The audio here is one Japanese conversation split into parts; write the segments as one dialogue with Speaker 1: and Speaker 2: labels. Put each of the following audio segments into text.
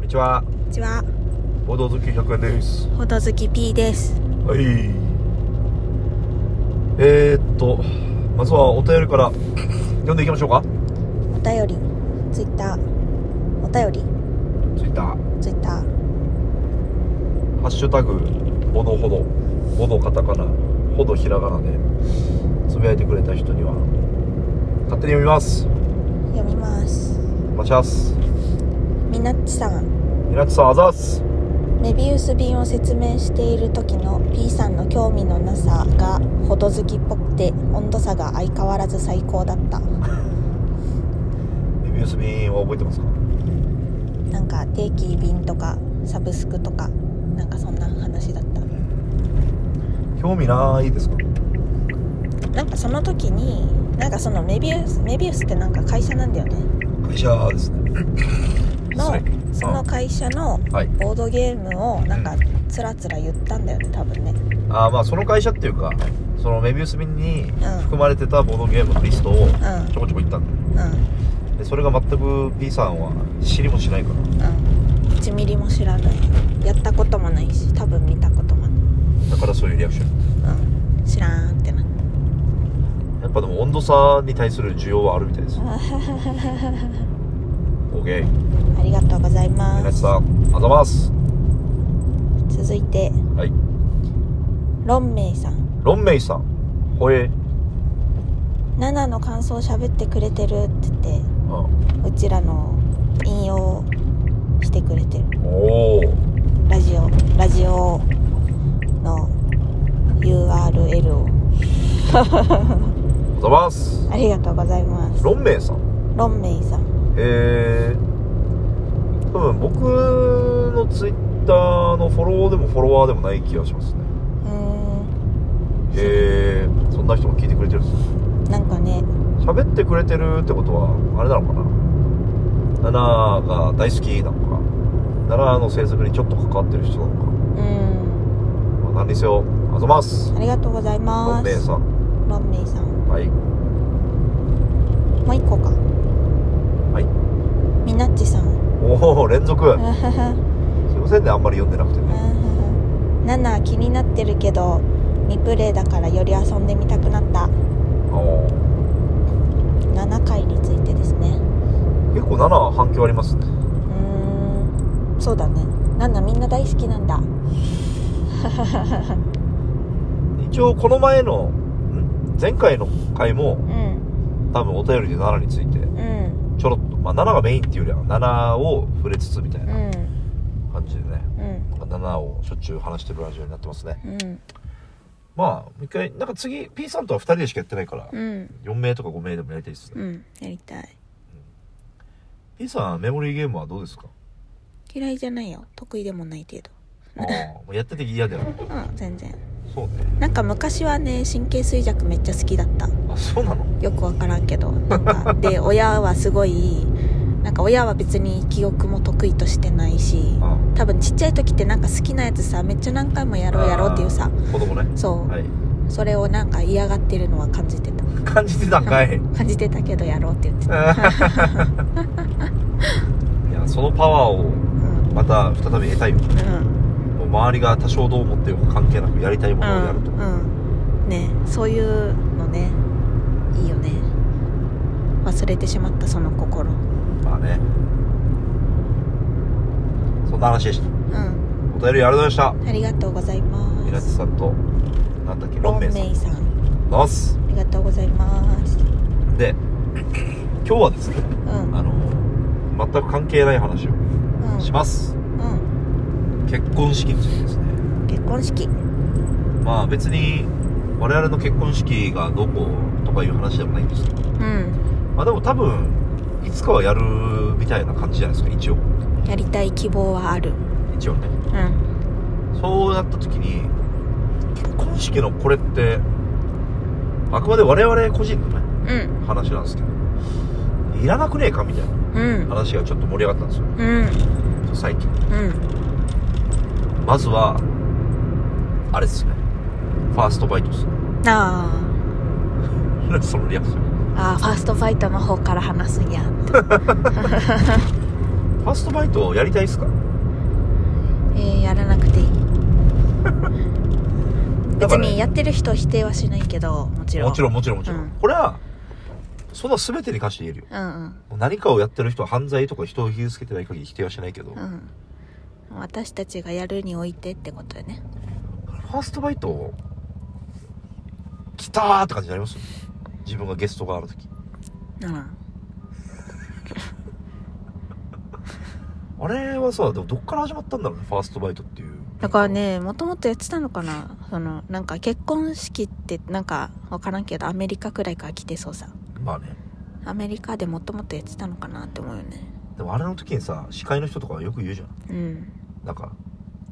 Speaker 1: にちは
Speaker 2: こんにちは
Speaker 1: 報道好き100円です
Speaker 2: ほどずき P です
Speaker 1: はいえー、っとまずはお便りから読んでいきましょうか
Speaker 2: お便りツイッターお便り
Speaker 1: ツイッター
Speaker 2: ツイッター
Speaker 1: ハッシュタグボノほどボノカタカナほどひらがなでつぶやいてくれた人には勝手に読みます
Speaker 2: 読みます
Speaker 1: 待ちます
Speaker 2: みなっちさん
Speaker 1: みなちさんあざっす
Speaker 2: メビウス瓶を説明している時の P さんの興味のなさがほどずきっぽくて温度差が相変わらず最高だった
Speaker 1: レビュースビーンは覚えてますか
Speaker 2: なんか定期便とかサブスクとかなんかそんな話だった
Speaker 1: 興味ないですか
Speaker 2: なんかその時になんかそのメビウスメビウスってなんか会社なんだよね
Speaker 1: 会社ですね
Speaker 2: の
Speaker 1: 失礼
Speaker 2: その会社の
Speaker 1: はい
Speaker 2: ボードゲームをなんかつらつら言ったんだよね多分ね
Speaker 1: あーまあその会社っていうかそのメビウス便に
Speaker 2: うん
Speaker 1: 含まれてたボードゲームのリストを
Speaker 2: うん
Speaker 1: ちょこちょこ行ったん
Speaker 2: う
Speaker 1: ででそれが全く P さんは知りもしないから
Speaker 2: んうん1ミリも知らないやったこともないし多分見たこともな
Speaker 1: だからそういうリアクション
Speaker 2: いうん知らんってな
Speaker 1: やっぱでも温度差に対する需要はあるみたいです OK
Speaker 2: ありがとうございま
Speaker 1: 皆
Speaker 2: す
Speaker 1: さんありがとうございます
Speaker 2: 続いて
Speaker 1: はい
Speaker 2: ロンメイさん
Speaker 1: ロンメイさんほえ
Speaker 2: 「ナナの感想喋ってくれてる」って言って
Speaker 1: うん
Speaker 2: うちらの引用してくれてる
Speaker 1: おお
Speaker 2: ラジオラジオの URL を
Speaker 1: ざます
Speaker 2: ありがとうございます
Speaker 1: ロンメイさん
Speaker 2: ロンメイさん
Speaker 1: えー、多分僕のツイッターのフォローでもフォロワーでもない気がしますね
Speaker 2: うー
Speaker 1: えー、そんな人も聞いてくれてるんですね
Speaker 2: んなんかね
Speaker 1: 喋ってくれてるってことはあれなのかなナナが大好きなのかナナの制作にちょっと関わってる人なのか、
Speaker 2: うん
Speaker 1: まあ、何にせよあざます
Speaker 2: ありがとうござい
Speaker 1: ロ
Speaker 2: ま
Speaker 1: ンメイ
Speaker 2: す
Speaker 1: さん
Speaker 2: ロンメイさん
Speaker 1: はい
Speaker 2: もう一個か
Speaker 1: はい
Speaker 2: みなっちさん
Speaker 1: おお連続
Speaker 2: あはは
Speaker 1: すいませんねあんまり読んでなくて
Speaker 2: あ
Speaker 1: ね
Speaker 2: ははナナ気になってるけど未プレイだからより遊んでみたくなった
Speaker 1: おー
Speaker 2: 7回についてですね
Speaker 1: 結構ナナは反響ありますね
Speaker 2: うーんそうだねナナみんな大好きなんだ
Speaker 1: 一応この前のん前回の回も
Speaker 2: うん
Speaker 1: 多分お便りで7について
Speaker 2: うん
Speaker 1: ちょろっと、まあ、7がメインっていうよりは7を触れつつみたいうなん感じでね、
Speaker 2: うん
Speaker 1: なんか7をしょっちゅう話してるラジオになってますね
Speaker 2: うん
Speaker 1: まあもう一回なんか次 P さんとは2人でしかやってないから、
Speaker 2: うん
Speaker 1: 4名とか5名でもやりたいですね、
Speaker 2: うんやりたい
Speaker 1: P さんメモリーゲームはどうですか
Speaker 2: 嫌いじゃないよ得意でもない程度
Speaker 1: ああもうやってて嫌だよね
Speaker 2: うん全然
Speaker 1: そうね
Speaker 2: なんか昔はね神経衰弱めっちゃ好きだった
Speaker 1: あそうなの
Speaker 2: よく分からんけどな んかで親はすごいなんか親は別に記憶も得意としてないし
Speaker 1: あ
Speaker 2: 多分ちっちゃい時ってなんか好きなやつさめっちゃ何回もやろうやろうっていうさ
Speaker 1: 子供ね
Speaker 2: そう、
Speaker 1: はい
Speaker 2: それをなんか嫌がってるのは感じてた
Speaker 1: 感じてたんかい
Speaker 2: 感じてたけどやろうって言っ てた、
Speaker 1: いやそのパワーを
Speaker 2: うん
Speaker 1: また再び得たいよ
Speaker 2: うん
Speaker 1: もう周りが多少どう思ってようか関係なくやりたいものをやると、
Speaker 2: うんねそういうのねいいよね忘れてしまったその心うん
Speaker 1: まあねそんな話でしたお便りありがとうございました
Speaker 2: ありがとうございま
Speaker 1: みなち
Speaker 2: す
Speaker 1: さんとなんだっけロ
Speaker 2: ロ
Speaker 1: ン
Speaker 2: ン
Speaker 1: メイさん
Speaker 2: メイさん
Speaker 1: ナス
Speaker 2: ありがとうございます
Speaker 1: で今日はですね
Speaker 2: うん
Speaker 1: あの全く関係ない話を
Speaker 2: うん
Speaker 1: します、
Speaker 2: う
Speaker 1: 結婚式についてですね
Speaker 2: ん結婚式
Speaker 1: まあ別に我々の結婚式がどうこうとかいう話でもないんですけど
Speaker 2: うん
Speaker 1: まあでも多分いつかはやるみたいな感じじゃないですか一応
Speaker 2: やりたい希望はある
Speaker 1: 一応ね
Speaker 2: うん
Speaker 1: そうなった時に結婚式のこれってあくまで我々個人のね
Speaker 2: うん
Speaker 1: 話なんですけどいらなくねえかみたいな
Speaker 2: うん
Speaker 1: 話がちょっと盛り上がったんですよ
Speaker 2: うん
Speaker 1: 最近
Speaker 2: うん
Speaker 1: まずはあれですねファーストバイトですね
Speaker 2: あ あ
Speaker 1: そのリアクション
Speaker 2: ああファーストファイトの方から話すんやって
Speaker 1: ファーーストバイトやりたいっすか
Speaker 2: えーやらなく ていい
Speaker 1: だ
Speaker 2: 別
Speaker 1: からね
Speaker 2: にやってる人を否定はしないけどもちろん
Speaker 1: もちろんもちろんもちろん、
Speaker 2: うん
Speaker 1: これはその全てに関して言えるよ
Speaker 2: うんうん
Speaker 1: もう何かをやってる人は犯罪とか人を傷つけてない限り否定はしないけど、
Speaker 2: うん私たちがやるにおいてってことよね
Speaker 1: ファーストバイト来たーって感じになりますよ自分がゲストがある時
Speaker 2: うん
Speaker 1: あれはさでもどっから始まったんだろうねファーストバイトっていう
Speaker 2: だからねもともとやってたのかなそのなんか結婚式ってなんか分からんけどアメリカくらいから来てそうさ
Speaker 1: まあね
Speaker 2: アメリカでもともとやってたのかなって思うよね
Speaker 1: でもあれの時にさ司会の人とかよく言うじゃん
Speaker 2: うん
Speaker 1: なんか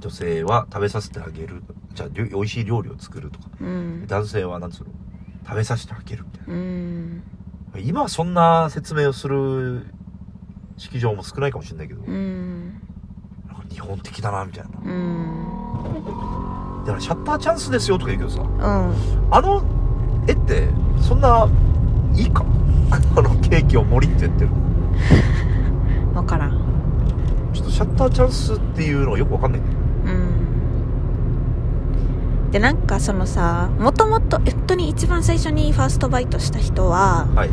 Speaker 1: 女性は食べさせてあげるじゃありょ美味しい料理を作るとか
Speaker 2: うん
Speaker 1: 男性はなんつうの食べさせてあげるみたい
Speaker 2: うん
Speaker 1: な今はそんな説明をする式場も少ないかもしれないけど、
Speaker 2: うん
Speaker 1: なんか日本的だなみたいなだ
Speaker 2: うん
Speaker 1: からシャッターチャンスですよとか言うけどさ
Speaker 2: うん
Speaker 1: あの絵ってそんないいか あのケーキを盛りって言ってる
Speaker 2: 分からん
Speaker 1: ちょっとシャッターチャンスっていうのがよくわかんないんだよ
Speaker 2: うんでなんかそのさもともと本当に一番最初にファーストバイトした人は
Speaker 1: はい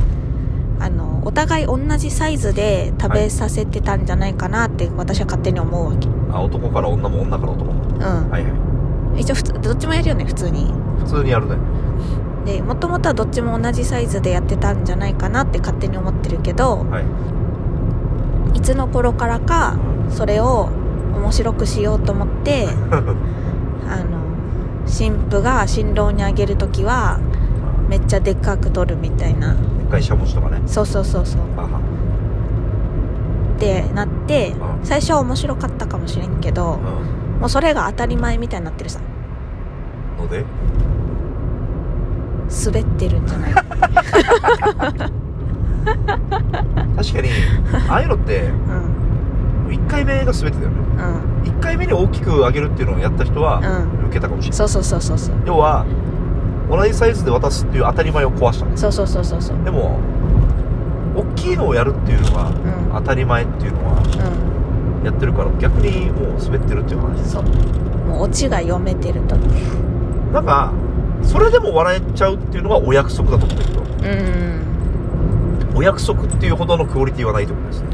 Speaker 2: あのお互い同じサイズで食べさせてたんじゃないかなって私は勝手に思うわけ、
Speaker 1: あ男から女も女から男も
Speaker 2: うん
Speaker 1: はいは
Speaker 2: 一応普通どっちもやるよね普通に
Speaker 1: い普通にやるね
Speaker 2: でもともとはどっちも同じサイズでやってたんじゃないかなって勝手に思ってるけど
Speaker 1: はい
Speaker 2: いつの頃からかそれを面白くしようと思って あの新婦が新郎にあげる時はめっちゃでっかく取るみたいな
Speaker 1: でっかいしゃもじとかね
Speaker 2: そうそうそうそう
Speaker 1: あは
Speaker 2: ってなって
Speaker 1: うん
Speaker 2: 最初は面白かったかもしれんけど
Speaker 1: う
Speaker 2: もうそれが当たり前みたいになってるさ
Speaker 1: んので
Speaker 2: 滑ってるんじゃない
Speaker 1: 確かにああいうのって
Speaker 2: うん
Speaker 1: 1回目が全てだよね
Speaker 2: うん
Speaker 1: 1回目に大きく上げるっていうのをやった人は
Speaker 2: う
Speaker 1: 受けたかもしれない、
Speaker 2: そうそうそうそうそう
Speaker 1: 要は同じサイズで渡すっていう当たり前を壊したんです
Speaker 2: そうそうそうそうそう
Speaker 1: でも大きいのをやるっていうのが
Speaker 2: うん
Speaker 1: 当たり前っていうのは
Speaker 2: う
Speaker 1: やってるから逆にもう滑ってるっていう話
Speaker 2: んそうもうオチが読めてると
Speaker 1: なんかそれでも笑えちゃうっていうのがお約束だと思うんだけど
Speaker 2: うん
Speaker 1: お約束っていうほどのクオリティはないってことですね、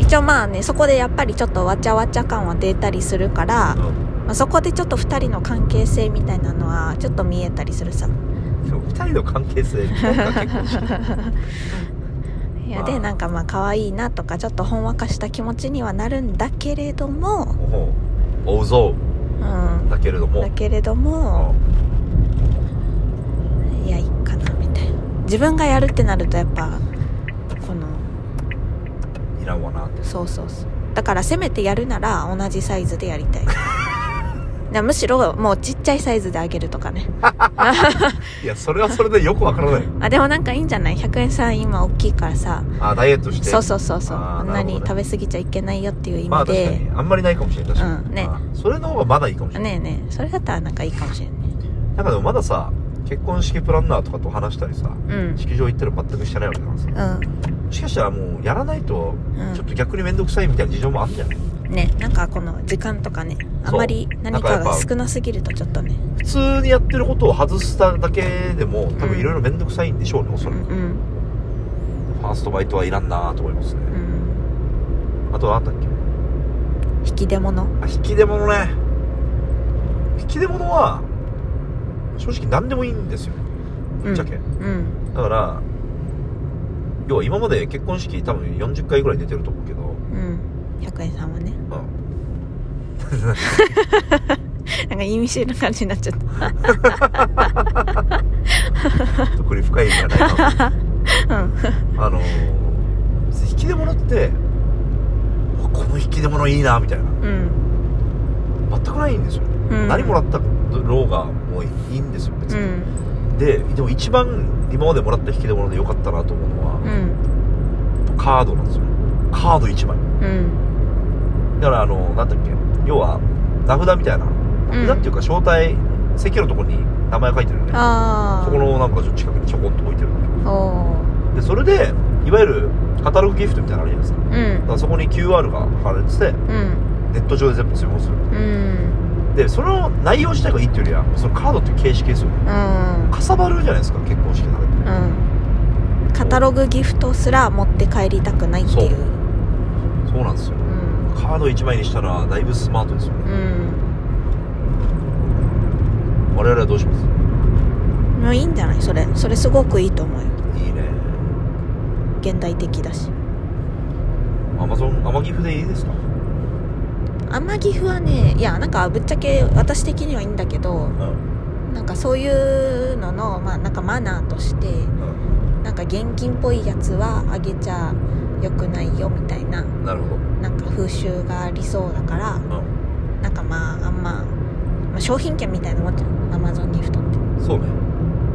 Speaker 2: 一応まあねそこでやっぱりちょっとわちゃわちゃ感は出たりするから、まあ、そこでちょっと2人の関係性みたいなのはちょっと見えたりするさ
Speaker 1: でも2人の関係性なんか結構し
Speaker 2: いや
Speaker 1: まあ
Speaker 2: でなんかまあ可愛いなとかちょっとほんわかした気持ちにはなるんだけれども
Speaker 1: もう追うぞ
Speaker 2: うんだ
Speaker 1: だけれども
Speaker 2: けれどもいやいいかなみたいな自分がやるってなるとやっぱこの
Speaker 1: うんいらんわなって
Speaker 2: そうそうそうだからせめてやるなら同じサイズでやり たいなむしろもうちっちゃいサイズであげるとかね
Speaker 1: いやそれはそれでよくわからない
Speaker 2: あでもなんかいいんじゃない100円さん今大きいからさ
Speaker 1: あダイエットして
Speaker 2: そうそうそうそう
Speaker 1: あ
Speaker 2: あ
Speaker 1: ー
Speaker 2: んなに
Speaker 1: なるほど
Speaker 2: 食べ過ぎちゃいけないよっていう意
Speaker 1: まあ
Speaker 2: 味
Speaker 1: 確か
Speaker 2: で
Speaker 1: に、あんまりないかもしれない確かに、
Speaker 2: うんね
Speaker 1: あそれの方がまだいいかもしれない、
Speaker 2: ねえねえそれだったらなんかいいかもしれない
Speaker 1: なんかでもまださ結婚式プランナーとかと話したりさ
Speaker 2: うん
Speaker 1: 式場行ったら全くしてないわけなんですよもしかしたらもうやらないと
Speaker 2: うん
Speaker 1: ちょっと逆に面倒くさいみたいな事情もあるんじゃない、
Speaker 2: うんねなんかこの時間とかねあんまり
Speaker 1: そう
Speaker 2: 何かが少なすぎるとちょっとね
Speaker 1: 普通にやってることを外しただけでも多分いろいろ面倒くさいんでしょうねおそ
Speaker 2: うん
Speaker 1: らく、
Speaker 2: うん
Speaker 1: ファーストバイトはいらんなと思います
Speaker 2: う
Speaker 1: ね、
Speaker 2: ん
Speaker 1: あとはあったっけ
Speaker 2: 引き出物
Speaker 1: あ引き出物ね引き出物は正直何でもいいんですよぶっちゃけ、
Speaker 2: うん
Speaker 1: だから要は今まで結婚式多分40回ぐらい出てると思うけど
Speaker 2: うん100円さんはね
Speaker 1: うん
Speaker 2: なんか意味深な感じになっちゃった
Speaker 1: 特に深い意味はないな
Speaker 2: うん
Speaker 1: あのー引き出物ってうわこの引き出物いいなみたいな
Speaker 2: うん
Speaker 1: 全くないんですよ、
Speaker 2: うん
Speaker 1: 何もらったろうがもういいんですよ別
Speaker 2: う
Speaker 1: に、
Speaker 2: ん
Speaker 1: ででも一番今までもらった引き出物で良かったなと思うのは、
Speaker 2: うん
Speaker 1: カードなんですよカード1枚
Speaker 2: うん
Speaker 1: だからあのなんだっけ要は名札みたいな名札っていうか招待席のとこに名前書いてるよね、
Speaker 2: ああ
Speaker 1: そこのなんかちょっと近くにちょこんと置いてるんだけ
Speaker 2: お
Speaker 1: どでそれでいわゆるカタログギフトみたいなのあるじゃないですか
Speaker 2: う
Speaker 1: だ
Speaker 2: ん
Speaker 1: からそこに QR が貼られてて
Speaker 2: うん
Speaker 1: ネット上で全部注文する
Speaker 2: うん
Speaker 1: でその内容自体がいいっていうよりはそのカードっていう形式ですよ
Speaker 2: うん
Speaker 1: かさばるじゃないですか結婚式なんかって
Speaker 2: うんカタログギフトすら持って帰りたくないっていう
Speaker 1: そうそうなんですよ
Speaker 2: うん
Speaker 1: カード1枚にしたらだいぶスマートですよね
Speaker 2: うん
Speaker 1: 我々はどうします
Speaker 2: もういいんじゃないそれそれすごくいいと思うよ
Speaker 1: いいね
Speaker 2: 現代的だし
Speaker 1: アマゾンアマギフでいいですか
Speaker 2: 天城府はねいやなんかぶっちゃけ私的にはいいんだけど
Speaker 1: うん
Speaker 2: なんかそういうののまあなんかマナーとして
Speaker 1: う
Speaker 2: なんか現金っぽいやつはあげちゃ良くないよみたいなん
Speaker 1: なるほど
Speaker 2: なんか風習がありそうだから
Speaker 1: うん
Speaker 2: なんかまああんま、まあ商品券みたいなもんじゃんアマゾンギフトって
Speaker 1: そうね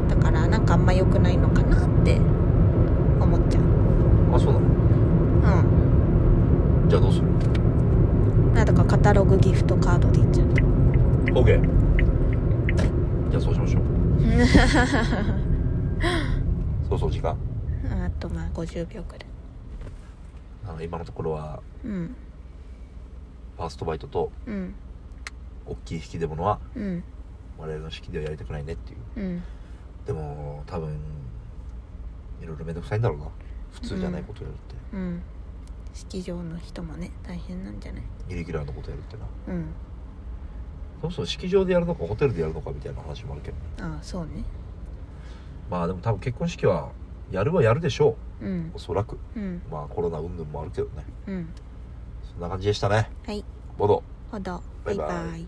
Speaker 2: だからなんかあんま良くないのかなって思っちゃう
Speaker 1: あそうなの
Speaker 2: うん
Speaker 1: じゃあどうする
Speaker 2: なんだからカタログギフトカードでいっちゃう
Speaker 1: OK じゃあそうしましょうそうそう時間
Speaker 2: あとまあ50秒くらい
Speaker 1: あの今のところは
Speaker 2: うん
Speaker 1: ファーストバイトと
Speaker 2: うん
Speaker 1: 大きい引き出物は
Speaker 2: うん
Speaker 1: 我々の式ではやりたくないねっていう
Speaker 2: うん
Speaker 1: でも多分いろいろめんどくさいんだろうな普通じゃないことやるって、
Speaker 2: うん式場の人もね大変なんじゃない
Speaker 1: イレギュラーなことやるってな
Speaker 2: うん
Speaker 1: そもそも式場でやるのかホテルでやるのかみたいな話もあるけど
Speaker 2: ああそうね
Speaker 1: まあでも多分結婚式はやるはやるでしょ
Speaker 2: う
Speaker 1: うんおそらく
Speaker 2: うん
Speaker 1: まあコロナ云々もあるけどね
Speaker 2: うん
Speaker 1: そんな感じでしたね
Speaker 2: はい
Speaker 1: ボド
Speaker 2: ほど
Speaker 1: バイバイ
Speaker 2: バイバイ